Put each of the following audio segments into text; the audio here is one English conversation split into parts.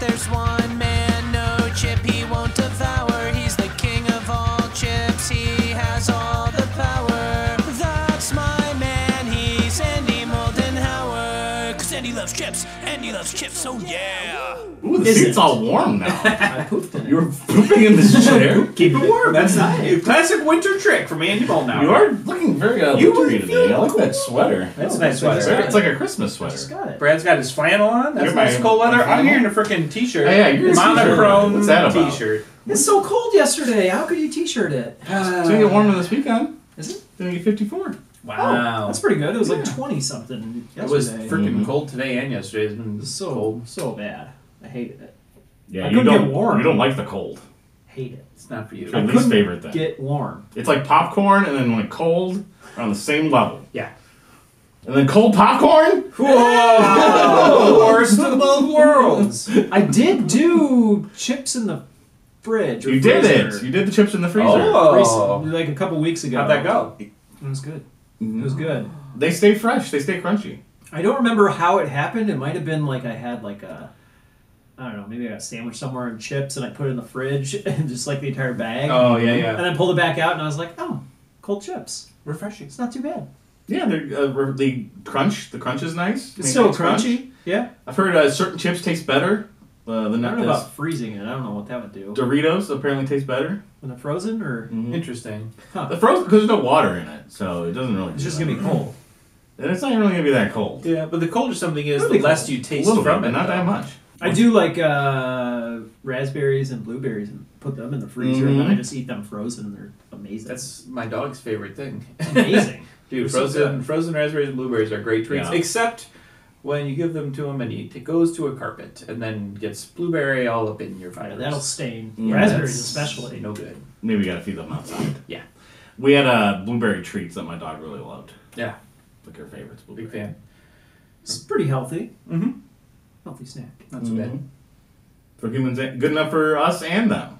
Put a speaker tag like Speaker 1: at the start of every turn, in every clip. Speaker 1: There's one man, no chip he won't devour. He's the king of all chips, he has all the power. That's my man, he's Andy Moldenhauer. Cause Andy loves chips, Andy loves chips, oh yeah.
Speaker 2: Ooh, the
Speaker 3: Is
Speaker 2: suit's
Speaker 3: it?
Speaker 2: all warm now.
Speaker 3: I pooped in it.
Speaker 2: You're pooping in this chair.
Speaker 4: Keep it warm. That's
Speaker 3: nice.
Speaker 4: Classic winter trick from Andy Ball now.
Speaker 2: You are looking very uh,
Speaker 4: You
Speaker 2: wintry
Speaker 4: are
Speaker 2: today. I like
Speaker 4: feeling
Speaker 2: that sweater.
Speaker 3: Oh,
Speaker 4: That's a nice
Speaker 3: that's
Speaker 4: sweater.
Speaker 3: right.
Speaker 2: It's like a Christmas
Speaker 3: Just
Speaker 2: sweater.
Speaker 3: got it.
Speaker 4: Brad's got his flannel on. That's
Speaker 2: You're
Speaker 4: nice
Speaker 2: my-
Speaker 4: cold weather.
Speaker 2: my
Speaker 4: I'm
Speaker 2: flannel? Oh,
Speaker 4: here in a freaking t-shirt.
Speaker 2: Yeah, yeah, you're in a t-shirt.
Speaker 4: monochrome
Speaker 2: What's that about?
Speaker 4: t-shirt.
Speaker 3: It's so cold yesterday. How could you t-shirt it?
Speaker 2: It's gonna get warmer this weekend.
Speaker 3: Is it? Oh,
Speaker 2: It's gonna get 54.
Speaker 4: Wow.
Speaker 3: That's pretty good. It was like
Speaker 2: Yeah.
Speaker 3: 20 something
Speaker 4: it was
Speaker 3: yesterday.
Speaker 4: freaking
Speaker 2: Mhm.
Speaker 4: cold today and yesterday. It's been
Speaker 3: so
Speaker 4: Mm-hmm. cold.
Speaker 3: so bad. I hated it.
Speaker 2: Yeah,
Speaker 3: I couldn't get warm.
Speaker 2: You don't like the cold.
Speaker 3: Hate it.
Speaker 4: It's not for you.
Speaker 2: Your
Speaker 3: I
Speaker 2: least
Speaker 3: couldn't
Speaker 2: favorite thing.
Speaker 3: Get warm.
Speaker 2: It's like popcorn and then like cold are on the same level.
Speaker 4: Yeah.
Speaker 2: And then cold popcorn?
Speaker 4: Whoa! Worst of both worlds.
Speaker 3: I did do chips in the fridge. Or
Speaker 2: You did it.
Speaker 3: freezer.
Speaker 2: You did the chips in the freezer.
Speaker 4: Oh.
Speaker 3: Recently, like a couple weeks ago.
Speaker 4: How'd that go?
Speaker 3: It was good. It was good.
Speaker 2: They stay fresh. They stay crunchy.
Speaker 3: I don't remember how it happened. It might have been like I had like a, I don't know, maybe I got a sandwich somewhere and chips, and I put it in the fridge and just like the entire bag.
Speaker 4: Oh yeah,
Speaker 3: And
Speaker 4: yeah.
Speaker 3: then pulled it back out, and I was like, oh, cold chips.
Speaker 4: Refreshing.
Speaker 3: It's not too bad.
Speaker 2: Yeah, they're, uh, re- they crunch. The crunch is nice.
Speaker 3: It's
Speaker 2: Maintains
Speaker 3: still crunchy. Yeah.
Speaker 2: I've heard uh, certain chips taste better. Uh, the
Speaker 3: I
Speaker 2: nut
Speaker 3: don't know about freezing it. I don't know what that would do.
Speaker 2: Doritos apparently taste better.
Speaker 3: When they're frozen, or
Speaker 4: Mm-hmm.
Speaker 2: Mm-hmm.
Speaker 4: Interesting.
Speaker 2: The frozen because there's no water in it, so it doesn't really.
Speaker 3: it's
Speaker 2: do
Speaker 3: just
Speaker 2: that.
Speaker 3: gonna be
Speaker 4: Mm-hmm.
Speaker 3: cold.
Speaker 2: And it's not really gonna be that cold.
Speaker 4: Yeah, but the colder something is,
Speaker 3: That'd
Speaker 4: the
Speaker 3: be
Speaker 4: less
Speaker 3: cool.
Speaker 4: you taste
Speaker 2: a little
Speaker 4: from
Speaker 2: bit,
Speaker 4: it.
Speaker 2: but not that
Speaker 4: though.
Speaker 2: much.
Speaker 3: I do like uh, raspberries and blueberries and put them in the freezer, and then I
Speaker 2: Mhm.
Speaker 3: just eat them frozen. They're amazing.
Speaker 4: Mm-hmm. That's my dog's favorite thing.
Speaker 3: amazing.
Speaker 4: Dude,
Speaker 3: They're so
Speaker 4: frozen frozen raspberries and blueberries are great treats,
Speaker 2: Yeah.
Speaker 4: except when you give them to him and he t- goes to a carpet and then gets blueberry all up in your
Speaker 3: Yeah,
Speaker 4: fingers.
Speaker 3: that'll stain.
Speaker 2: Yeah,
Speaker 3: raspberries
Speaker 4: That's
Speaker 3: especially.
Speaker 4: no good.
Speaker 2: Maybe we gotta feed them outside.
Speaker 4: Yeah.
Speaker 2: We had uh, blueberry treats that my dog really loved.
Speaker 4: Yeah,
Speaker 2: Like her favorites. Blueberry.
Speaker 4: big fan.
Speaker 3: It's pretty healthy.
Speaker 4: Mm-hmm.
Speaker 3: Healthy snack.
Speaker 4: Not so bad.
Speaker 2: Mhm. For humans, and- good enough for us and them.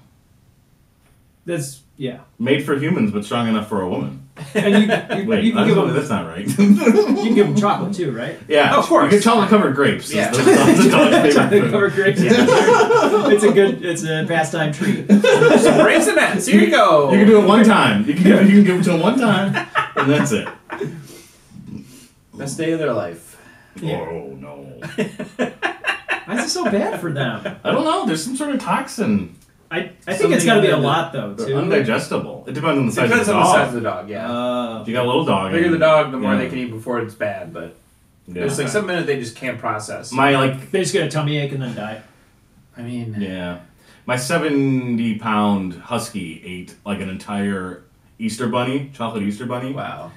Speaker 3: That's yeah.
Speaker 2: Made for humans, but strong enough for a woman.
Speaker 3: And you, you,
Speaker 2: Wait,
Speaker 3: you can
Speaker 2: that's,
Speaker 3: give them
Speaker 2: that's not right.
Speaker 3: you can give them chocolate too, right?
Speaker 2: yeah,
Speaker 4: Of course.
Speaker 2: You can tell the covered grapes.
Speaker 4: Yeah.
Speaker 2: Yeah. Is the, the dog's favorite food.
Speaker 3: Cover grapes. it's a good. It's a pastime treat.
Speaker 4: Some raisinets. Here you go.
Speaker 2: You can do it one time. You can give you can give it to them one time, and that's it.
Speaker 4: Best day of their life.
Speaker 3: Yeah.
Speaker 2: Oh no!
Speaker 3: Why is it so bad for them?
Speaker 2: I don't know. There's some sort of toxin.
Speaker 3: I, I think it's got to be a lot though
Speaker 2: They're
Speaker 3: too.
Speaker 2: undigestible. It depends on the size
Speaker 4: Depends
Speaker 2: of
Speaker 4: on
Speaker 2: the
Speaker 4: the
Speaker 2: dog.
Speaker 4: size of the dog. Yeah.
Speaker 3: Uh,
Speaker 2: if you got a little dog.
Speaker 4: the bigger the
Speaker 2: and-
Speaker 4: dog, the more
Speaker 2: yeah.
Speaker 4: they can eat before it's bad. But
Speaker 2: Yeah.
Speaker 4: there's like some minute they just can't process.
Speaker 2: My like
Speaker 3: they just get a tummy ache and then die.
Speaker 4: I mean,
Speaker 2: yeah, my seventy pound husky ate like an entire Easter bunny, chocolate Easter bunny.
Speaker 4: wow.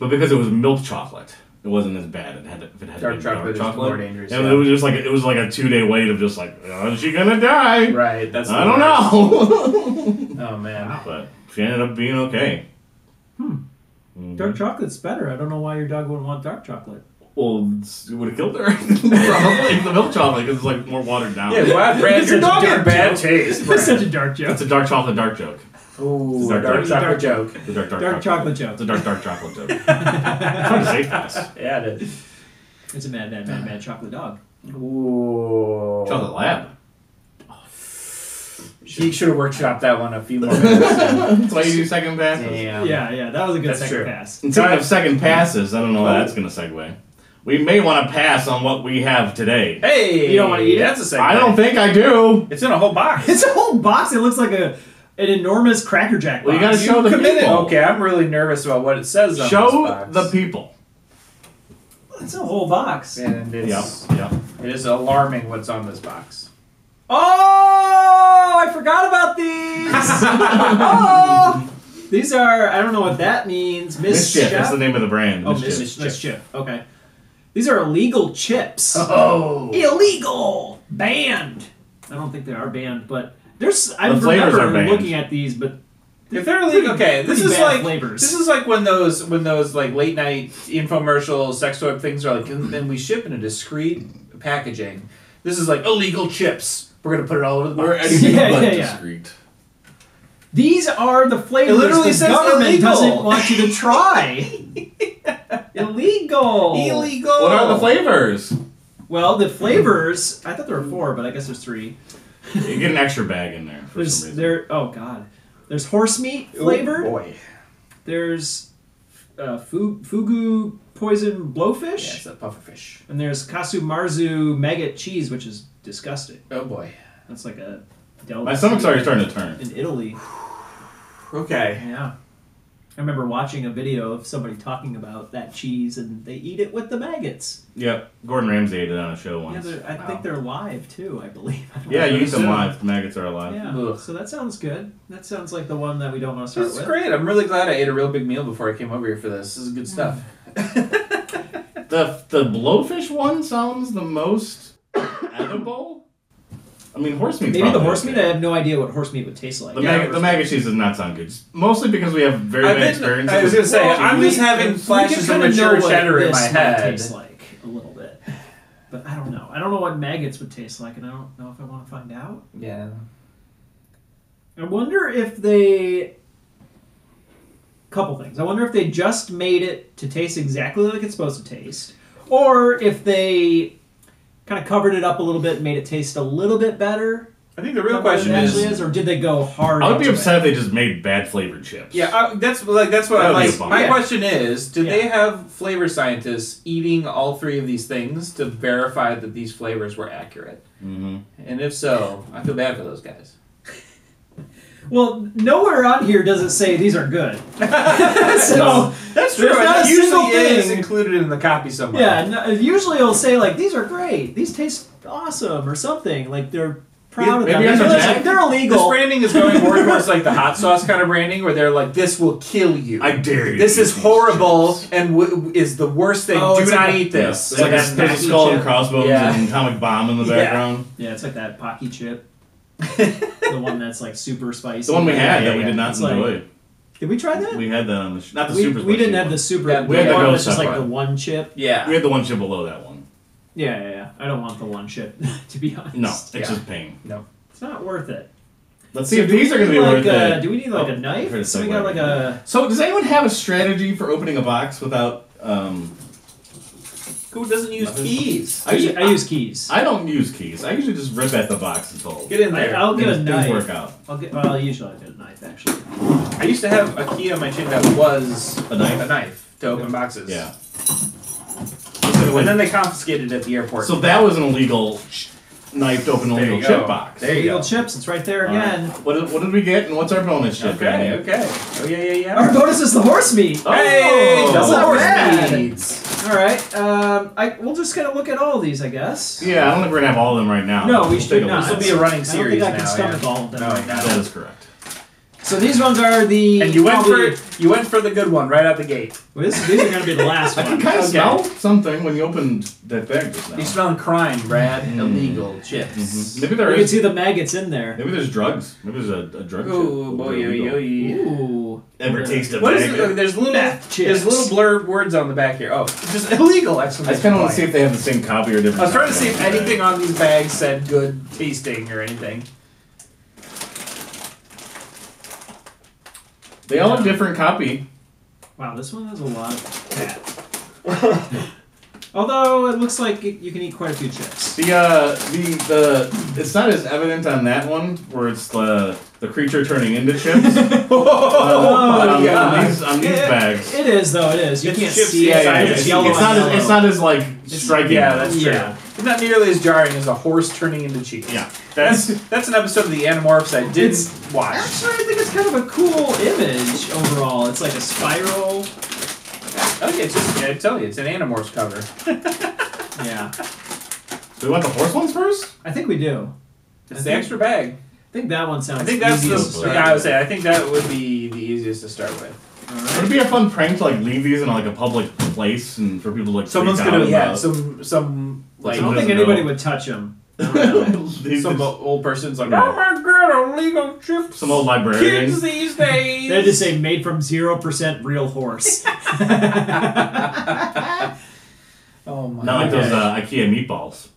Speaker 2: But because it was milk chocolate, it wasn't as bad. It had if it had
Speaker 4: Dark
Speaker 2: been
Speaker 4: chocolate is
Speaker 2: dark chocolate.
Speaker 4: more dangerous,
Speaker 2: And
Speaker 4: yeah.
Speaker 2: it was just like it was like a two day wait of just like, oh, is she gonna die?
Speaker 4: Right. That's.
Speaker 2: I
Speaker 4: the
Speaker 2: don't know.
Speaker 4: know. Oh man.
Speaker 2: but she ended up being okay.
Speaker 3: Dark chocolate's better. I don't know why your dog wouldn't want dark chocolate.
Speaker 2: Well, it's- it would have killed her. Probably the milk chocolate because it's like more watered down.
Speaker 4: Yeah, why, Brad?
Speaker 3: It's
Speaker 4: Your
Speaker 3: such a
Speaker 4: dog had
Speaker 3: dark
Speaker 4: bad
Speaker 3: joke.
Speaker 4: taste.
Speaker 3: That's such
Speaker 4: Brad.
Speaker 3: a dark joke.
Speaker 2: It's a dark chocolate dark joke.
Speaker 4: Ooh,
Speaker 2: Dark
Speaker 4: dark
Speaker 2: chocolate.
Speaker 4: chocolate joke.
Speaker 2: The dark dark,
Speaker 3: Dark chocolate
Speaker 2: It's
Speaker 3: joke.
Speaker 2: a dark dark chocolate joke. I'm trying to say fast.
Speaker 4: Yeah, it is.
Speaker 3: It's a mad, mad, mad, mad chocolate dog.
Speaker 4: Ooh.
Speaker 2: Chocolate lab.
Speaker 4: He should have workshopped that one a few more minutes.
Speaker 2: That's why you do second passes.
Speaker 4: Damn.
Speaker 3: Yeah, yeah, that was a good
Speaker 4: That's
Speaker 3: second
Speaker 4: true.
Speaker 3: pass.
Speaker 2: And Speaking of second passes, I don't know how that's going to segue. We may want to pass on what we have today.
Speaker 4: Hey,
Speaker 3: You don't wanna eat it?
Speaker 4: That's a second.
Speaker 2: I don't think I do.
Speaker 4: it's in a whole box.
Speaker 3: It's a whole box. It looks like a an enormous Cracker Jack box.
Speaker 2: Well, you gotta show the
Speaker 4: committed.
Speaker 2: people.
Speaker 4: Okay, I'm really nervous about what it says on this
Speaker 2: Show
Speaker 4: box.
Speaker 2: the people.
Speaker 3: It's a whole box.
Speaker 4: And it's,
Speaker 2: Yeah, yeah.
Speaker 4: it is alarming what's on this box.
Speaker 3: Oh, I forgot about these. oh, these are I don't know what that means. Miss
Speaker 2: Mischief. That's the
Speaker 3: Chef.
Speaker 2: name of the brand.
Speaker 3: Oh,
Speaker 2: Mischief.
Speaker 3: Miss Miss Chip. Okay. These are illegal chips.
Speaker 4: Oh.
Speaker 3: Illegal. Banned. I don't think they are banned, but there's I
Speaker 2: The flavors
Speaker 3: remember
Speaker 2: are banned.
Speaker 3: looking at these, but
Speaker 4: If they're illegal, okay, this is
Speaker 3: pretty bad
Speaker 4: like
Speaker 3: flavors.
Speaker 4: this is like when those when those like late night infomercial sex toy things are like then we ship in a discreet packaging. This is like illegal chips. We're gonna put it all over the box.
Speaker 3: Yeah, but yeah, yeah.
Speaker 2: discreet.
Speaker 3: these are the flavors
Speaker 4: It literally
Speaker 3: the
Speaker 4: says
Speaker 3: government
Speaker 4: illegal.
Speaker 3: doesn't want you to try. illegal.
Speaker 4: Illegal.
Speaker 2: What are the flavors?
Speaker 3: Well, the flavors. I thought there were four, but I guess there's three.
Speaker 2: You get an extra bag in there for
Speaker 3: There's
Speaker 2: some reason.
Speaker 3: there. Oh God. There's horse meat
Speaker 4: Oh,
Speaker 3: flavor.
Speaker 4: boy.
Speaker 3: There's uh, fu- fugu poison
Speaker 4: Yeah,
Speaker 3: blowfish.
Speaker 4: it's a pufferfish.
Speaker 3: And there's kasu marzu maggot cheese, which is disgusting.
Speaker 4: Oh boy.
Speaker 3: That's like a. delicacy
Speaker 2: My stomach's already starting to turn.
Speaker 3: In Italy.
Speaker 4: Okay.
Speaker 3: Yeah. I remember watching a video of somebody talking about that cheese, and they eat it with the maggots.
Speaker 2: Yep, Gordon Ramsay did it on a show
Speaker 3: Yeah,
Speaker 2: once.
Speaker 3: they're- I
Speaker 4: Wow.
Speaker 3: think they're live too. I believe. I don't
Speaker 2: Yeah,
Speaker 3: know.
Speaker 2: you eat them
Speaker 4: Yeah.
Speaker 2: live. The maggots are alive.
Speaker 3: Yeah.
Speaker 4: Ugh.
Speaker 3: So that sounds good. That sounds like the one that we don't want to start
Speaker 4: This is
Speaker 3: with.
Speaker 4: great. I'm really glad I ate a real big meal before I came over here for this. This is good stuff.
Speaker 2: The the blowfish one sounds the most edible. I mean, horse meat.
Speaker 3: Maybe the horse meat. I have no idea what horse meat would taste like.
Speaker 2: The,
Speaker 4: Yeah,
Speaker 2: mag- the
Speaker 4: horse
Speaker 2: maggot cheese does not sound good. Mostly because we have very
Speaker 4: I've
Speaker 2: bad
Speaker 4: been-
Speaker 2: experiences.
Speaker 4: I was gonna
Speaker 2: with
Speaker 4: say
Speaker 2: cheese.
Speaker 4: I'm just having flashes of
Speaker 3: kinda
Speaker 4: mature
Speaker 3: know what
Speaker 4: cheddar in
Speaker 3: this
Speaker 4: my
Speaker 3: might
Speaker 4: head.
Speaker 3: Taste like a little bit, but I don't know. I don't know what maggots would taste like, and I don't know if I want to find out.
Speaker 4: Yeah.
Speaker 3: I wonder if they. Couple things. I wonder if they just made it to taste exactly like it's supposed to taste, or if they kind of covered it up a little bit and made it taste a little bit better.
Speaker 4: I think the real
Speaker 3: than what
Speaker 4: question
Speaker 3: it
Speaker 4: is,
Speaker 3: actually is, or did they go hard?
Speaker 2: I would be
Speaker 3: into
Speaker 2: upset
Speaker 3: It?
Speaker 2: if they just made bad flavored chips.
Speaker 4: Yeah, I, that's like that's what I
Speaker 2: That would be
Speaker 4: like.
Speaker 2: a bummer.
Speaker 4: My
Speaker 3: Yeah.
Speaker 4: question is, do
Speaker 3: Yeah.
Speaker 4: they have flavor scientists eating all three of these things to verify that these flavors were accurate?
Speaker 2: hmm
Speaker 4: And if so, I feel bad for those guys.
Speaker 3: Well, nowhere on here does it say these are good. so
Speaker 4: That's
Speaker 3: true.
Speaker 4: There's
Speaker 3: Not
Speaker 4: not
Speaker 3: a
Speaker 4: usually
Speaker 3: single
Speaker 4: is
Speaker 3: thing-
Speaker 4: included in the copy somewhere.
Speaker 3: yeah, no, usually it'll say like these are great, these taste awesome, or something like they're proud of
Speaker 2: Maybe
Speaker 3: them.
Speaker 2: it's a
Speaker 3: They're,
Speaker 2: Jack-
Speaker 3: they're
Speaker 4: This
Speaker 3: illegal.
Speaker 4: branding is going more towards like the hot sauce kind of branding, where they're like, "This will kill you.
Speaker 2: I dare you.
Speaker 4: this
Speaker 2: to eat
Speaker 4: is
Speaker 2: these
Speaker 4: horrible
Speaker 2: chips.
Speaker 4: and w- is the worst thing.
Speaker 3: Oh,
Speaker 4: Do
Speaker 3: it's
Speaker 4: not
Speaker 3: like a-
Speaker 4: eat
Speaker 2: Yeah.
Speaker 4: this."
Speaker 2: There's, like
Speaker 4: It's
Speaker 2: a,
Speaker 4: like
Speaker 2: there's a
Speaker 4: snacky
Speaker 2: skull
Speaker 4: chip.
Speaker 2: and crossbones
Speaker 4: Yeah.
Speaker 2: and an atomic bomb in the
Speaker 4: Yeah.
Speaker 2: background.
Speaker 3: yeah, it's like that pocky chip, the one that's like super spicy.
Speaker 2: The one we had
Speaker 4: yeah,
Speaker 2: that we
Speaker 4: yeah.
Speaker 2: did not
Speaker 3: It's like-
Speaker 2: enjoy.
Speaker 3: Did we try that?
Speaker 2: we had that on the sh- not the
Speaker 3: we,
Speaker 2: super.
Speaker 3: we
Speaker 2: spicy
Speaker 3: didn't have
Speaker 2: one.
Speaker 3: the super.
Speaker 4: Yeah, we
Speaker 3: the
Speaker 4: had to
Speaker 3: one
Speaker 2: go
Speaker 3: that's just like
Speaker 2: separate.
Speaker 3: the one chip.
Speaker 4: Yeah.
Speaker 2: We had the one chip below that one.
Speaker 3: Yeah, yeah, yeah. I don't want the one chip. to be honest,
Speaker 2: No, it's
Speaker 4: Yeah.
Speaker 2: just pain.
Speaker 3: it's not worth it.
Speaker 2: Let's
Speaker 3: So
Speaker 2: see if
Speaker 3: do we
Speaker 2: these are going to
Speaker 3: need,
Speaker 2: be
Speaker 3: like
Speaker 2: worth
Speaker 4: uh,
Speaker 3: a,
Speaker 2: it.
Speaker 3: Do we need like
Speaker 2: Oh,
Speaker 3: a knife?
Speaker 2: for the
Speaker 3: So we
Speaker 2: segue.
Speaker 3: got like a.
Speaker 2: So, does anyone have a strategy for opening a box without? Um,
Speaker 4: Who doesn't use
Speaker 2: Nothing.
Speaker 4: keys?
Speaker 2: I usually,
Speaker 3: I use keys.
Speaker 2: I don't use keys. I usually just rip at the box and fold.
Speaker 4: Get in
Speaker 3: I,
Speaker 4: there.
Speaker 3: I'll get a
Speaker 2: Things- things
Speaker 3: knife.
Speaker 2: work out.
Speaker 3: I'll get. Well, usually I get a knife actually.
Speaker 4: I used to have a key on my chin that was
Speaker 2: A knife?
Speaker 4: a knife to open boxes.
Speaker 2: Yeah.
Speaker 4: And then they confiscated it at the airport.
Speaker 2: so that was an illegal sh- knife to open an
Speaker 4: There
Speaker 2: illegal
Speaker 4: you go.
Speaker 2: chip box.
Speaker 4: There you
Speaker 3: Eagle
Speaker 4: go.
Speaker 3: chips. It's right there
Speaker 2: uh, All right.
Speaker 3: again.
Speaker 2: What, did- what did we get and what's our bonus chip?
Speaker 4: Okay,
Speaker 2: Daniel?
Speaker 4: okay. Oh, yeah, yeah,
Speaker 3: Our
Speaker 4: yeah.
Speaker 3: bonus is the horse meat.
Speaker 2: Oh,
Speaker 4: Hey,
Speaker 3: that's
Speaker 4: double
Speaker 3: not
Speaker 4: horse
Speaker 3: bad.
Speaker 4: meats.
Speaker 3: All right. Um, I we'll just kind of look at all these, I guess.
Speaker 2: Yeah, I don't think we're gonna have all of them right now.
Speaker 3: No, we
Speaker 2: We'll
Speaker 3: should
Speaker 2: take a
Speaker 3: not.
Speaker 2: look.
Speaker 4: This will be a running
Speaker 3: I don't think
Speaker 4: series
Speaker 3: I can
Speaker 4: now,
Speaker 3: stomach
Speaker 4: yeah.
Speaker 3: all of them
Speaker 4: No,
Speaker 3: right
Speaker 2: That
Speaker 3: now.
Speaker 2: is correct.
Speaker 3: So these ones are the.
Speaker 4: And you went for
Speaker 3: probably-
Speaker 4: it. You went for the good one right out the gate.
Speaker 3: Well, this, these are gonna be the last
Speaker 2: I can
Speaker 3: one.
Speaker 2: kind of
Speaker 4: Okay.
Speaker 2: smell something when you opened that bag just now.
Speaker 4: You smelling crime, Brad?
Speaker 2: Mm.
Speaker 4: Illegal chips.
Speaker 2: Mhm. Maybe there
Speaker 3: You can
Speaker 2: is.
Speaker 3: see the maggots in there.
Speaker 2: Maybe there's drugs. Maybe there's a, a drug. chip.
Speaker 4: Mm-hmm. Ooh, boy, yo, yo, yo.
Speaker 3: Ooh.
Speaker 2: Ever taste a
Speaker 4: What is it?
Speaker 2: maggot?
Speaker 4: Look, There's little,
Speaker 3: Math
Speaker 4: there's
Speaker 3: chips.
Speaker 4: little blurred words on the back here. Oh, just illegal!
Speaker 2: I just kind of want to see if they have the same copy or different.
Speaker 4: I was trying to see
Speaker 2: copy.
Speaker 4: if anything on these bags said good tasting or anything.
Speaker 2: They all have different copy.
Speaker 3: Wow, this one has a lot of fat. Although it looks like you can eat quite a few chips.
Speaker 2: The uh, the the it's not as evident on that one where it's the the creature turning into chips. um,
Speaker 4: my
Speaker 2: on,
Speaker 4: Oh, God.
Speaker 2: on these on these
Speaker 3: Yeah,
Speaker 2: bags.
Speaker 3: It is though. It is. You
Speaker 4: It's
Speaker 3: can't
Speaker 4: chips,
Speaker 3: see
Speaker 4: yeah,
Speaker 3: it.
Speaker 4: yeah,
Speaker 3: it's
Speaker 2: it's,
Speaker 3: yellow.
Speaker 2: it's not
Speaker 3: on
Speaker 2: as,
Speaker 3: yellow.
Speaker 2: it's not as like striking.
Speaker 4: Yeah, that's true.
Speaker 3: Yeah.
Speaker 4: It's not nearly as jarring as a horse turning into cheese.
Speaker 2: yeah.
Speaker 4: That's
Speaker 2: That's
Speaker 4: that's an episode of the Animorphs I did
Speaker 3: It's-
Speaker 4: not watch.
Speaker 3: Actually, I think it's kind of a cool image overall. It's like a spiral.
Speaker 4: Okay, Oh, it's just, I tell you, it's an Animorphs cover.
Speaker 3: Yeah.
Speaker 2: Do we want the horse ones first?
Speaker 3: I think we do.
Speaker 4: It's the extra bag.
Speaker 3: I think that one sounds.
Speaker 4: I think that's
Speaker 3: easiest to
Speaker 4: the.
Speaker 3: start
Speaker 4: Yeah, I would
Speaker 3: with.
Speaker 4: say I think that would be the easiest to start with.
Speaker 3: Alright.
Speaker 2: Would it be a fun prank to like leave these in like a public place and for people to like
Speaker 4: Someone's
Speaker 2: freak out
Speaker 4: gonna yeah
Speaker 2: about-
Speaker 4: some some
Speaker 3: I
Speaker 4: like
Speaker 3: don't think
Speaker 2: doesn't
Speaker 3: anybody
Speaker 2: know.
Speaker 3: would touch him. I don't know.
Speaker 2: These-
Speaker 4: some old person's like
Speaker 2: Yeah.
Speaker 4: oh my god illegal chips
Speaker 2: some old librarian.
Speaker 4: kids these days
Speaker 3: They'd just say made from zero percent real horse.
Speaker 4: oh my
Speaker 2: Not like
Speaker 4: gosh.
Speaker 2: those uh, IKEA meatballs.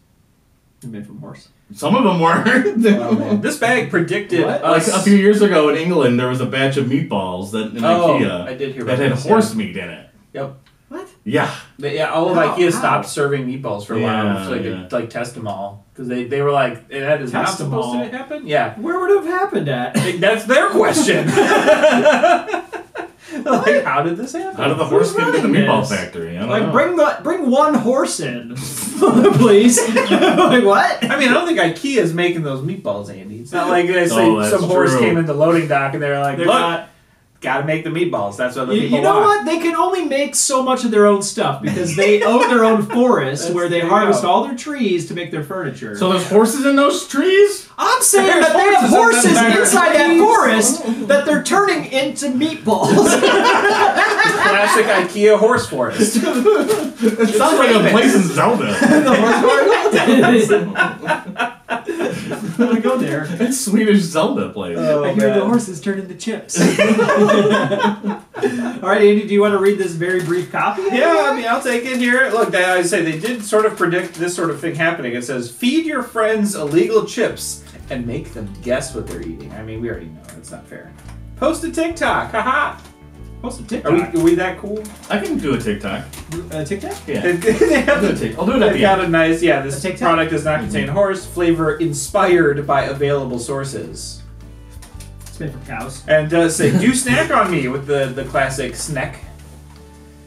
Speaker 3: made from horse.
Speaker 2: Some of them were.
Speaker 4: Oh, man. this bag predicted
Speaker 3: What?
Speaker 2: like
Speaker 4: us
Speaker 2: a few years ago in England, there was a batch of meatballs that in
Speaker 4: Oh,
Speaker 2: IKEA
Speaker 4: I did hear
Speaker 2: that
Speaker 4: about
Speaker 2: had
Speaker 4: this,
Speaker 2: horse meat in it.
Speaker 4: yep
Speaker 3: What?
Speaker 2: Yeah.
Speaker 4: They- yeah, all of
Speaker 3: How-
Speaker 4: IKEA
Speaker 3: how?
Speaker 4: stopped serving meatballs for a
Speaker 2: Yeah,
Speaker 4: while so they could
Speaker 2: yeah.
Speaker 4: like test them all because they, they were like that is not
Speaker 3: Test 'em
Speaker 4: supposed
Speaker 3: all.
Speaker 4: to happen. Yeah,
Speaker 3: Where would it have happened at?
Speaker 4: Like, that's their question. like, how did this happen?
Speaker 2: How did the horse get into the
Speaker 3: running
Speaker 2: meatball
Speaker 3: this?
Speaker 2: factory? I don't
Speaker 3: Like
Speaker 2: know.
Speaker 3: bring the bring one horse in, please. like what?
Speaker 4: I mean, I don't think IKEA is making those meatballs, Andy. It's not like they say
Speaker 2: Oh, that's
Speaker 4: some horse
Speaker 2: true.
Speaker 4: came in the loading dock and they're like,
Speaker 3: They're
Speaker 4: "Look,
Speaker 3: not-
Speaker 4: gotta make the meatballs." That's what the
Speaker 3: you,
Speaker 4: people
Speaker 3: you know
Speaker 4: want.
Speaker 3: what? They can only make so much of their own stuff because they own their own forest
Speaker 4: That's-
Speaker 3: where they
Speaker 4: there you
Speaker 3: harvest
Speaker 4: go.
Speaker 3: all their trees to make their furniture.
Speaker 2: so there's horses in those trees?
Speaker 3: I'm saying that they have
Speaker 4: horses in
Speaker 3: horses
Speaker 4: them that are
Speaker 3: inside that
Speaker 4: trees.
Speaker 3: forest that they're turning into meatballs.
Speaker 4: Classic IKEA horse forest.
Speaker 2: It sounds like a place in Zelda.
Speaker 3: the horse forest. I'm gonna go there. Oh,
Speaker 2: it's Swedish Zelda place.
Speaker 4: Uh,
Speaker 3: I hear the horses turn into chips. All right, Andy, do you want to read this very brief copy?
Speaker 4: Yeah, I mean, I'll take it here. Look, they, I say they did sort of predict this sort of thing happening. It says, feed your friends illegal chips and make them guess what they're eating. I mean, we already know that's not fair. Post a TikTok, haha.
Speaker 3: Post a
Speaker 4: Are we,
Speaker 3: TikTok.
Speaker 4: are we that cool?
Speaker 2: I can do a TikTok.
Speaker 3: Uh, TikTok?
Speaker 2: Yeah.
Speaker 4: They, they have
Speaker 2: I'll do a
Speaker 4: the
Speaker 2: tic- I'll do it at
Speaker 4: They've
Speaker 2: the end. Mm-hmm.
Speaker 4: got a nice, yeah, this
Speaker 3: A TikTok?
Speaker 4: product does not contain horse flavor inspired by available sources.
Speaker 3: It's made from cows.
Speaker 4: And does say, do snack on me with the, the classic snack.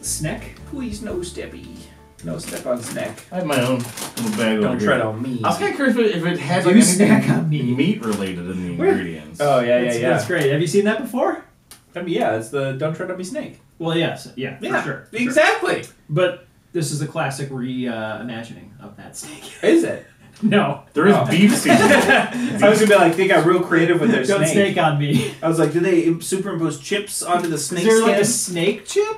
Speaker 3: Snack?
Speaker 4: Please, no steppy. No step on snack.
Speaker 2: I have my own little bag over
Speaker 4: Don't
Speaker 2: here.
Speaker 4: tread on me.
Speaker 2: I was kind of curious if it, if it had
Speaker 3: Do
Speaker 2: like
Speaker 3: you
Speaker 2: anything
Speaker 3: snack on meat?
Speaker 2: related in the
Speaker 3: Where-
Speaker 2: ingredients.
Speaker 4: Oh, yeah, yeah,
Speaker 3: that's,
Speaker 4: yeah.
Speaker 3: That's great. Have you seen that before?
Speaker 4: I mean, yeah, it's the don't tread on me snake.
Speaker 3: Well, yes. Yeah, for sure. for sure.
Speaker 4: exactly.
Speaker 3: But this is a classic reimagining of that snake.
Speaker 4: Is it?
Speaker 3: no.
Speaker 2: There is
Speaker 4: Oh.
Speaker 2: beef seasoning.
Speaker 4: I was gonna be like, they got real creative with their
Speaker 3: Don't
Speaker 4: snake.
Speaker 3: snake on me.
Speaker 4: I was like, do they im- superimpose chips onto the snake
Speaker 3: Is there
Speaker 4: skin?
Speaker 3: like a snake chip?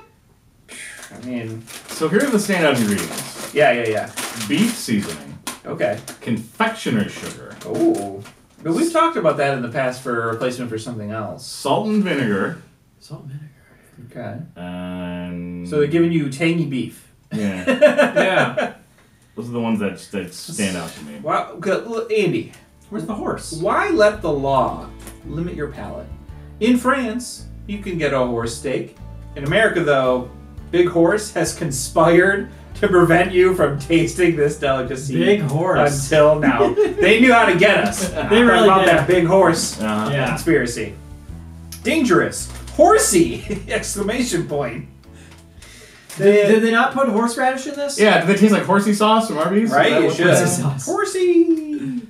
Speaker 4: I mean,
Speaker 2: so here are the standout ingredients:
Speaker 4: yeah, yeah, yeah.
Speaker 2: beef seasoning,
Speaker 4: Okay.
Speaker 2: confectioner's sugar,
Speaker 4: Oh, but we've talked about that in the past for a replacement for something else.
Speaker 2: salt and vinegar,
Speaker 3: Salt and
Speaker 4: Okay.
Speaker 2: and
Speaker 4: So they're giving you tangy beef.
Speaker 2: Yeah,
Speaker 3: vinegar. Yeah.
Speaker 2: those are the ones that that stand out to me.
Speaker 4: Wow, good- look, Andy,
Speaker 3: Where's the horse?
Speaker 4: why let the law limit your palate? In France, you can get a horse steak. In America, though, Big Horse has conspired to prevent you from tasting this delicacy.
Speaker 3: Big horse.
Speaker 4: until now. they knew how to get us.
Speaker 3: They really
Speaker 4: about
Speaker 3: did.
Speaker 4: that big horse
Speaker 2: Uh,
Speaker 3: Yeah.
Speaker 4: conspiracy. Dangerous, horsey! Exclamation point.
Speaker 3: Did, did they not put horseradish in this?
Speaker 2: Yeah, do they taste like horsey sauce from Arby's? Is
Speaker 4: right?
Speaker 2: that
Speaker 4: You
Speaker 2: what-
Speaker 4: should.
Speaker 3: horsey sauce.
Speaker 4: Horsey.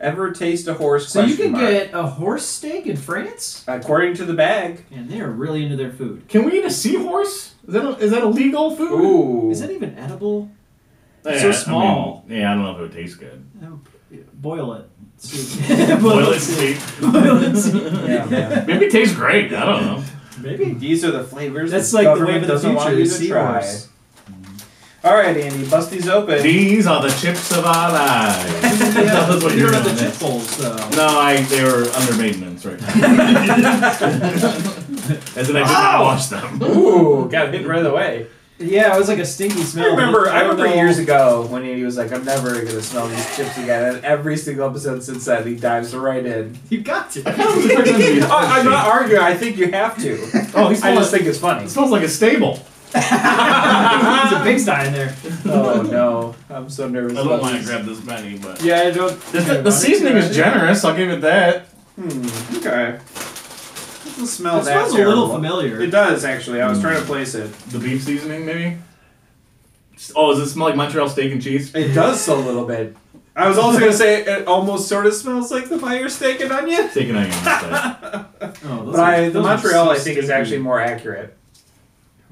Speaker 4: Ever taste a horse?
Speaker 3: So you
Speaker 4: question
Speaker 3: can
Speaker 4: mark.
Speaker 3: get a horse steak in France?
Speaker 4: according to the bag.
Speaker 3: And they are really into their food.
Speaker 2: Can we eat a seahorse? Is that a, is that illegal food?
Speaker 4: Ooh.
Speaker 3: Is that even edible?
Speaker 2: Yeah,
Speaker 3: so small.
Speaker 2: I mean, yeah, I don't know if it would taste good.
Speaker 3: Oh, Boil it.
Speaker 2: Boil it steak.
Speaker 3: Boil it. see.
Speaker 4: Yeah, man.
Speaker 2: Maybe it tastes great. I don't know.
Speaker 3: Maybe.
Speaker 4: These are the flavors.
Speaker 3: That's
Speaker 4: the
Speaker 3: like the
Speaker 4: government
Speaker 3: wave of the
Speaker 4: doesn't want
Speaker 3: future.
Speaker 4: you
Speaker 3: is
Speaker 4: to
Speaker 3: sea
Speaker 4: try.
Speaker 3: horse.
Speaker 4: All right, Andy, bust these open.
Speaker 2: These are the chips of our lives. That was what
Speaker 3: you
Speaker 2: you were
Speaker 3: don't have the
Speaker 2: doing.
Speaker 3: chip bowls, though.
Speaker 2: No, I they were under maintenance right now. As in, I did not wash them.
Speaker 4: Ooh, got hit right away.
Speaker 3: Yeah, it was like a stinky smell.
Speaker 4: I remember,
Speaker 3: don't
Speaker 4: I remember
Speaker 3: know.
Speaker 4: years ago when Andy was like, "I'm never gonna smell these chips again." And every single episode since then, he dives right in.
Speaker 3: You got to.
Speaker 4: I, am not arguing. I think you have to.
Speaker 2: Oh, he
Speaker 4: I
Speaker 2: smells,
Speaker 4: just think it's funny.
Speaker 2: it smells like a stable.
Speaker 3: There's a pigsty in there.
Speaker 4: Oh no, I'm so nervous.
Speaker 2: I don't
Speaker 4: about
Speaker 2: want to
Speaker 4: this.
Speaker 2: grab this many, but
Speaker 3: Yeah, I don't.
Speaker 2: the, the, the seasoning is generous. I'll give it that.
Speaker 4: Hmm, okay. Doesn't smell that
Speaker 3: It smells a little
Speaker 4: terrible.
Speaker 3: familiar.
Speaker 4: It does actually. I was trying to place it.
Speaker 2: The beef seasoning, maybe. Oh, does it smell like Montreal steak and cheese?
Speaker 4: It does a little bit. I was also gonna say it almost sort of smells like the fire steak and onion.
Speaker 2: Steak and onion. instead.
Speaker 3: Oh, those
Speaker 4: But I,
Speaker 3: are-
Speaker 4: the
Speaker 3: those are
Speaker 4: Montreal,
Speaker 3: so
Speaker 4: I think, is
Speaker 3: stinky.
Speaker 4: actually more accurate.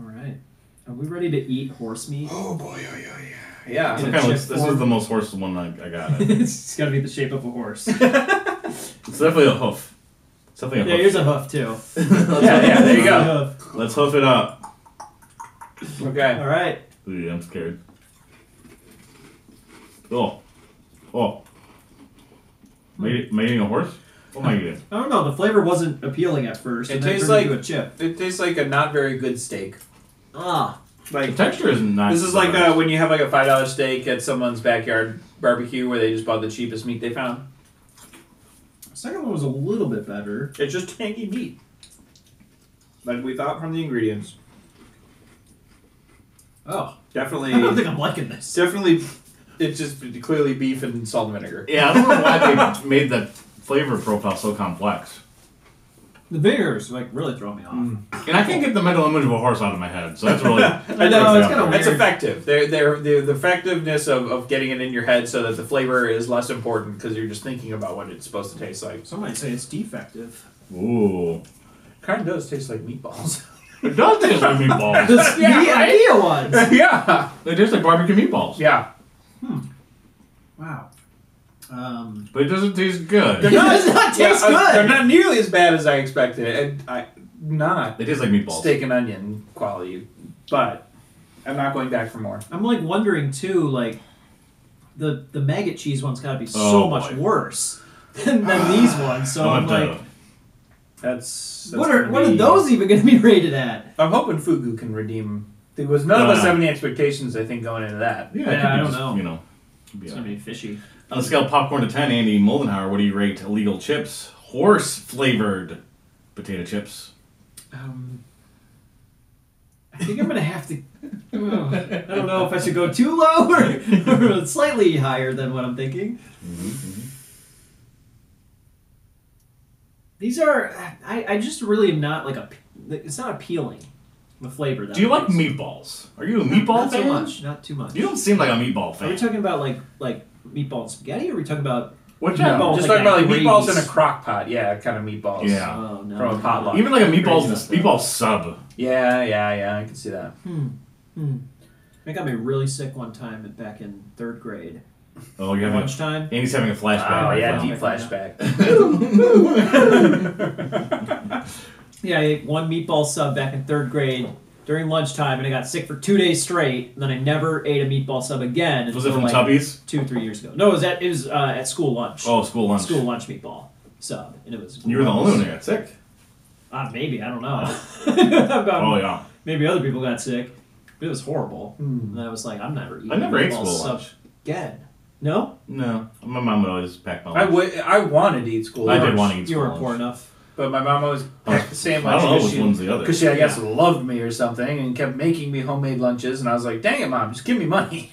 Speaker 3: All right. Are we ready to eat horse meat?
Speaker 4: Oh boy, oh yeah, yeah. Yeah.
Speaker 2: This
Speaker 3: In a
Speaker 2: kind of
Speaker 3: chip
Speaker 2: looks- this
Speaker 3: form.
Speaker 2: is the most horse one I, I got. It's
Speaker 3: it's got to be the shape of a horse.
Speaker 2: definitely a hoof. It's definitely
Speaker 3: Yeah,
Speaker 2: a hoof.
Speaker 3: here's a hoof too.
Speaker 4: Yeah, Oh, yeah, there you go.
Speaker 3: Hoof.
Speaker 2: Let's hoof it up.
Speaker 4: Okay.
Speaker 3: All right.
Speaker 2: Ooh, I'm scared. Oh, oh. Am I eating- am I eating a horse? Oh What
Speaker 4: Uh,
Speaker 2: am I eating?
Speaker 3: I don't know. The flavor wasn't appealing at first.
Speaker 4: It
Speaker 3: and then
Speaker 4: tastes
Speaker 3: turned into
Speaker 4: like-
Speaker 3: a chip.
Speaker 4: It tastes like a not very good steak.
Speaker 3: Ah,
Speaker 2: The
Speaker 4: Like
Speaker 2: texture is not.
Speaker 4: this is
Speaker 2: the
Speaker 4: like
Speaker 2: best.
Speaker 4: uh when you have like a five dollar steak at someone's backyard barbecue where they just bought the cheapest meat they found.
Speaker 3: the second one was a little bit better.
Speaker 4: It's just tangy meat, like we thought from the ingredients.
Speaker 3: Oh,
Speaker 4: Definitely,
Speaker 3: I don't think I'm liking this.
Speaker 4: definitely, it's just clearly beef and salt and vinegar.
Speaker 2: Yeah, I don't know why they made that flavor profile so complex.
Speaker 3: The vinegars like really throw me off.
Speaker 4: Mm.
Speaker 2: And I can't get the mental image of a horse out of my head, so that's really.
Speaker 3: I know, it's kinda
Speaker 4: That's
Speaker 3: weird.
Speaker 4: effective. They're, they're, they're, the effectiveness of, of getting it in your head so that the flavor is less important because you're just thinking about what it's supposed to taste like.
Speaker 3: Some might say it's defective.
Speaker 2: Ooh.
Speaker 4: Kind of does taste like meatballs.
Speaker 2: It does taste like meatballs.
Speaker 3: The, the idea was.
Speaker 4: yeah.
Speaker 2: They taste like barbecue meatballs.
Speaker 4: Yeah.
Speaker 3: Wow. Um,
Speaker 2: But it doesn't taste good.
Speaker 3: it does not taste
Speaker 4: Yeah, uh, They're
Speaker 3: good.
Speaker 4: not nearly as bad as I expected. And I not
Speaker 2: They taste like meatballs.
Speaker 4: steak and onion quality, but I'm not going back for more.
Speaker 3: I'm like wondering too, like the the maggot cheese one's got to be so
Speaker 2: Oh,
Speaker 3: much
Speaker 2: boy.
Speaker 3: worse than, than these ones. So
Speaker 2: I'll
Speaker 3: I'm
Speaker 2: have to-
Speaker 3: like,
Speaker 4: That's, that's
Speaker 3: what are
Speaker 4: gonna
Speaker 3: what are
Speaker 4: be-
Speaker 3: those even going to be rated at?
Speaker 4: I'm hoping Fugu can redeem. There was none of us
Speaker 2: Uh,
Speaker 4: have any expectations. I think going into that.
Speaker 2: yeah, it
Speaker 3: Yeah,
Speaker 2: could
Speaker 3: I
Speaker 2: be
Speaker 3: don't
Speaker 2: just,
Speaker 3: know.
Speaker 2: You know. could be
Speaker 3: It's
Speaker 2: all
Speaker 3: going
Speaker 2: right.
Speaker 3: to be fishy.
Speaker 2: On a scale of popcorn to 10, Andy Moldenhauer, what do you rate illegal chips? Horse flavored potato chips.
Speaker 3: Um, I think I'm gonna have to. oh, I don't know if I should go too low or, or slightly higher than what I'm thinking. These are. I, I just really am not like a. It's not appealing. The flavor. That
Speaker 2: Do you
Speaker 3: much.
Speaker 2: like meatballs? Are you a meatball
Speaker 3: Not so
Speaker 2: fan?
Speaker 3: much. Not too much.
Speaker 2: You don't seem like a meatball
Speaker 3: Are we
Speaker 2: fan.
Speaker 3: talking about like like meatball and spaghetti? Or are we talking about?
Speaker 2: What
Speaker 3: No.
Speaker 2: meatball?
Speaker 4: Just
Speaker 3: like
Speaker 4: talking about like
Speaker 3: that
Speaker 4: meatballs in
Speaker 3: gravies.
Speaker 4: a crock pot. Yeah, kind of meatballs.
Speaker 2: Yeah.
Speaker 3: Oh no.
Speaker 4: From a potluck.
Speaker 2: Even like a meatballs,
Speaker 3: Crazy
Speaker 2: meatball sub.
Speaker 4: Yeah, yeah, yeah. I can see that.
Speaker 2: Oh,
Speaker 3: It got me really sick one time back in third grade.
Speaker 2: Oh, you have a,
Speaker 3: Lunchtime.
Speaker 2: Andy's having a flashback.
Speaker 3: Oh,
Speaker 4: Wow,
Speaker 2: right
Speaker 4: yeah,
Speaker 2: now.
Speaker 4: deep flashback.
Speaker 3: Yeah, I ate one meatball sub back in third grade during lunchtime, and I got sick for two days straight. And then I never ate a meatball sub again.
Speaker 2: Was it
Speaker 3: until,
Speaker 2: from
Speaker 3: like,
Speaker 2: Tubby's?
Speaker 3: Two, three years ago. No, it was at it was uh, at school lunch.
Speaker 2: Oh, school lunch.
Speaker 3: School lunch meatball sub, and it was.
Speaker 2: You were the only one that got sick.
Speaker 3: Ah, maybe I don't know. About-
Speaker 2: Oh, yeah.
Speaker 3: Maybe other people got sick, but it was horrible.
Speaker 4: Hmm.
Speaker 3: And I was like, I'm never eating.
Speaker 2: I never ate
Speaker 3: meatball
Speaker 2: school
Speaker 3: sub
Speaker 2: lunch.
Speaker 3: again. No,
Speaker 2: No. My mom would always pack my lunch.
Speaker 4: I would. I wanted to eat school.
Speaker 2: I
Speaker 4: lunch,
Speaker 2: did want to eat
Speaker 3: you
Speaker 2: school
Speaker 3: were
Speaker 2: lunch.
Speaker 3: poor enough.
Speaker 4: but my mom always packed the same
Speaker 2: I
Speaker 4: lunch.
Speaker 2: don't know
Speaker 4: 'cause
Speaker 2: which
Speaker 4: she,
Speaker 2: one's the other.
Speaker 4: Because she, I guess, loved me or something, and kept making me homemade lunches. And I was like, "Dang it, mom, just give me money.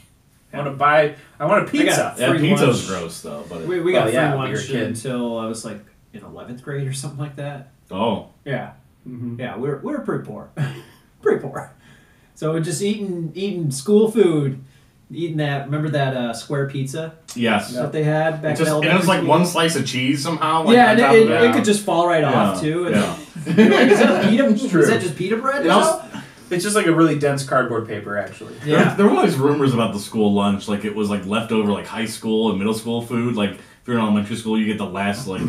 Speaker 4: I want to buy. I want a pizza."
Speaker 3: got-
Speaker 2: Yeah,
Speaker 3: free
Speaker 2: pizza's
Speaker 3: lunch.
Speaker 2: gross though, but it,
Speaker 3: We, we got
Speaker 4: Well, Oh, yeah, but
Speaker 3: free
Speaker 4: you're a
Speaker 3: lunch
Speaker 4: kid.
Speaker 3: until I was like in eleventh grade or something like that.
Speaker 2: oh,
Speaker 3: Yeah.
Speaker 4: Mhm.
Speaker 3: Yeah, we were, we were pretty poor. pretty poor. So we're just eating eating school food, eating that. Remember that uh, square pizza
Speaker 2: yes.
Speaker 3: that they had back
Speaker 2: It just
Speaker 3: in
Speaker 2: and
Speaker 3: elementary
Speaker 2: it was like
Speaker 3: school?
Speaker 2: one slice of cheese somehow. Like,
Speaker 3: yeah,
Speaker 2: on
Speaker 3: and
Speaker 2: top
Speaker 3: it,
Speaker 2: of
Speaker 3: it,
Speaker 2: that.
Speaker 3: it could just fall right off
Speaker 2: Yeah.
Speaker 3: too. And
Speaker 2: Yeah.
Speaker 3: is that pita?
Speaker 4: true.
Speaker 3: Is that just pita bread?
Speaker 2: And
Speaker 3: now?
Speaker 2: also-
Speaker 4: It's just like a really dense cardboard paper, actually.
Speaker 2: There,
Speaker 3: yeah.
Speaker 2: there were always rumors about the school lunch, like it was like leftover like high school and middle school food. Like if you're in elementary school, you get the last like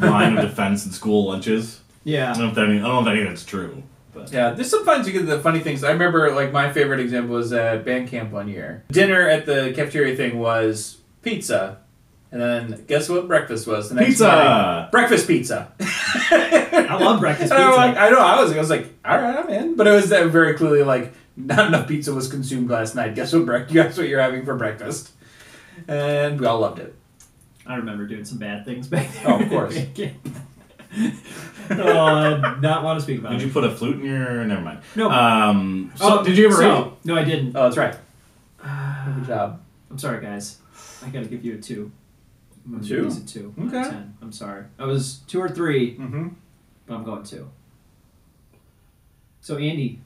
Speaker 2: line of defense in school lunches. I
Speaker 3: Yeah.
Speaker 2: don't know if that any, I don't know if any of that's true. But
Speaker 4: Yeah, there's sometimes you get the funny things. I remember like my favorite example was at band camp one year. Dinner at the cafeteria thing was pizza, and then guess what breakfast was the next morning?
Speaker 2: pizza.
Speaker 4: Breakfast pizza.
Speaker 3: I love breakfast
Speaker 4: And I'm like,
Speaker 3: pizza.
Speaker 4: I know. I was, I was like, all right, I'm in. But it was that very clearly like not enough pizza was consumed last night. Guess what? Bre- guess what you're having for breakfast? And we all loved it.
Speaker 3: I remember doing some bad things back then.
Speaker 4: Oh, of course.
Speaker 3: oh, I not want to speak about
Speaker 2: Did
Speaker 3: it.
Speaker 2: you put a flute in your? Never mind.
Speaker 3: No.
Speaker 2: Um. So,
Speaker 3: Oh,
Speaker 2: did you ever?
Speaker 3: so- No, I didn't.
Speaker 4: Oh, that's right. Good job.
Speaker 3: I'm sorry, guys. I gotta give you a two. I'm gonna
Speaker 4: Two?
Speaker 3: use a two. not
Speaker 4: Okay.
Speaker 3: ten. I'm sorry. I was two or three,
Speaker 4: Mm-hmm.
Speaker 3: but I'm going two. So Andy,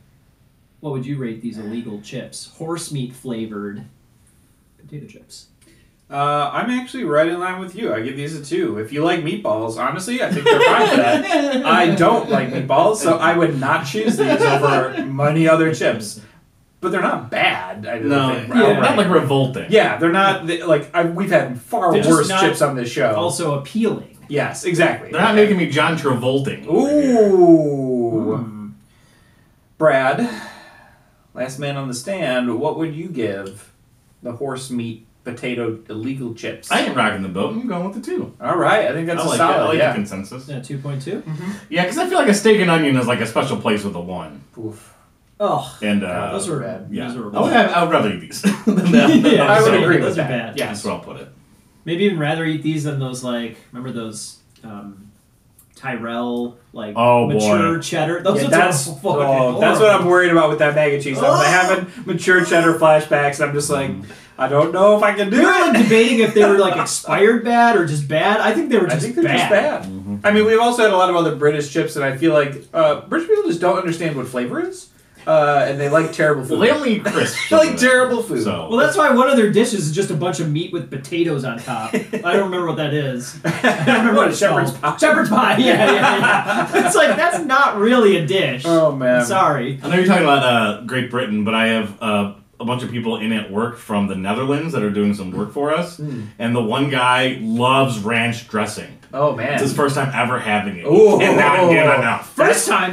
Speaker 3: what would you rate these illegal chips? Horse meat flavored potato chips.
Speaker 4: Uh, I'm actually right in line with you. I give these a two. If you like meatballs, honestly, I think they're fine for that. I don't like meatballs, so I would not choose these over many other chips. But they're not bad. I don't
Speaker 2: No,
Speaker 4: think.
Speaker 2: yeah, not
Speaker 4: outright.
Speaker 2: like revolting.
Speaker 4: yeah, they're not they- like I, we've had far
Speaker 3: They're just
Speaker 4: worse
Speaker 3: not-
Speaker 4: chips on this show.
Speaker 3: Also appealing.
Speaker 4: yes, exactly.
Speaker 2: They're not making me John Travolting. over here.
Speaker 4: Ooh,
Speaker 2: Hmm.
Speaker 4: Brad, last man on the stand. What would you give the horse meat potato illegal chips?
Speaker 2: I ain't rocking the boat. I'm going with the two.
Speaker 4: All right, I think that's
Speaker 2: I
Speaker 4: a
Speaker 2: like
Speaker 4: solid.
Speaker 2: it. I like
Speaker 4: yeah.
Speaker 2: the consensus.
Speaker 3: Yeah, two point two.
Speaker 4: Mm-hmm.
Speaker 2: Yeah, because I feel like a steak and onion is like a special place with a one.
Speaker 4: Oof.
Speaker 3: Oh,
Speaker 2: And uh,
Speaker 3: those are
Speaker 4: bad.
Speaker 2: yeah,
Speaker 3: Those are
Speaker 2: I would, have, I would rather eat these than that. than
Speaker 3: Yeah,
Speaker 4: Oh, I
Speaker 2: those.
Speaker 4: would
Speaker 2: So,
Speaker 4: agree
Speaker 3: those
Speaker 4: with that.
Speaker 3: are bad.
Speaker 4: Yes.
Speaker 2: That's where I'll put it.
Speaker 3: Maybe even rather eat these than those like remember those um, Tyrell, like
Speaker 2: Oh, boy.
Speaker 3: mature cheddar. Those
Speaker 4: Yeah,
Speaker 3: are
Speaker 4: that's,
Speaker 3: fucking Ah!
Speaker 4: oh, that's what I'm worried about with that mac and cheese. stuff. I'm having mature cheddar flashbacks. and I'm just like, I don't know if I can do
Speaker 3: We were like
Speaker 4: it.
Speaker 3: debating if they were like expired bad or just bad. I think they were
Speaker 4: I
Speaker 3: just
Speaker 4: think they're
Speaker 3: bad.
Speaker 4: just bad.
Speaker 2: Mm-hmm.
Speaker 4: I mean, we've also had a lot of other British chips, and I feel like uh, British people just don't understand what flavor is, uh, and they like terrible food.
Speaker 2: Well, they only eat crisps.
Speaker 4: They like terrible food.
Speaker 2: So
Speaker 3: Well, that's why one of their dishes is just a bunch of meat with potatoes on top. I don't remember what that is. I don't remember what it's
Speaker 4: Shepherd's
Speaker 3: called. Shepherd's pie. Yeah, yeah, yeah. it's like that's not really a dish.
Speaker 4: Oh, man.
Speaker 3: I'm sorry.
Speaker 2: I know you're talking about uh, Great Britain, but I have uh, a bunch of people in at work from the Netherlands that are doing some work for us, and the one guy loves ranch dressing.
Speaker 4: Oh man,
Speaker 2: It's his first time ever having it,
Speaker 4: Ooh.
Speaker 2: and not good enough.
Speaker 3: First time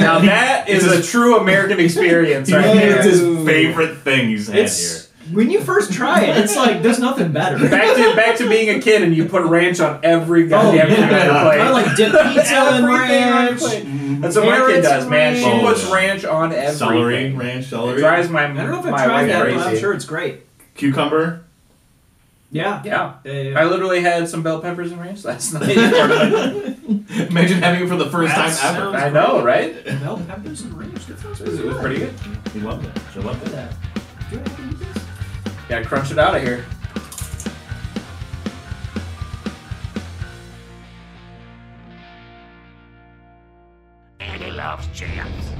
Speaker 4: now that is a true American experience, right there.
Speaker 2: It's his
Speaker 4: Ooh.
Speaker 2: favorite thing he's had
Speaker 3: It's when you first try it, it's like there's nothing better.
Speaker 4: Back to back to being a kid, and you put ranch on every goddamn
Speaker 3: yeah.
Speaker 4: thing on your plate.
Speaker 3: I like dip pizza in
Speaker 4: Everything on your
Speaker 3: ranch.
Speaker 4: plate. Mm-hmm. That's what my kid
Speaker 3: Carrots,
Speaker 4: does, man. She
Speaker 2: ranch.
Speaker 4: puts ranch on
Speaker 2: here.
Speaker 4: everything.
Speaker 2: Celery, ranch
Speaker 4: It
Speaker 2: celery,
Speaker 4: drives my
Speaker 3: I don't know if
Speaker 4: my
Speaker 3: I've tried
Speaker 4: wife
Speaker 3: that,
Speaker 4: crazy.
Speaker 3: but I'm sure it's great.
Speaker 2: cucumber.
Speaker 3: Yeah.
Speaker 4: Yeah. I
Speaker 3: Uh,
Speaker 4: literally had some bell peppers and ranch last night.
Speaker 2: Imagine having it for the first
Speaker 3: That
Speaker 2: time ever.
Speaker 3: sounds-
Speaker 4: I know, right? It
Speaker 3: bell peppers and ranch. That sounds
Speaker 4: was,
Speaker 3: really
Speaker 4: it was
Speaker 3: good.
Speaker 4: pretty good.
Speaker 2: He loved it. She loved
Speaker 3: Look
Speaker 2: it.
Speaker 3: at that. Do I have to eat this?
Speaker 4: Yeah, crunch it out of here.
Speaker 5: and he loves chips.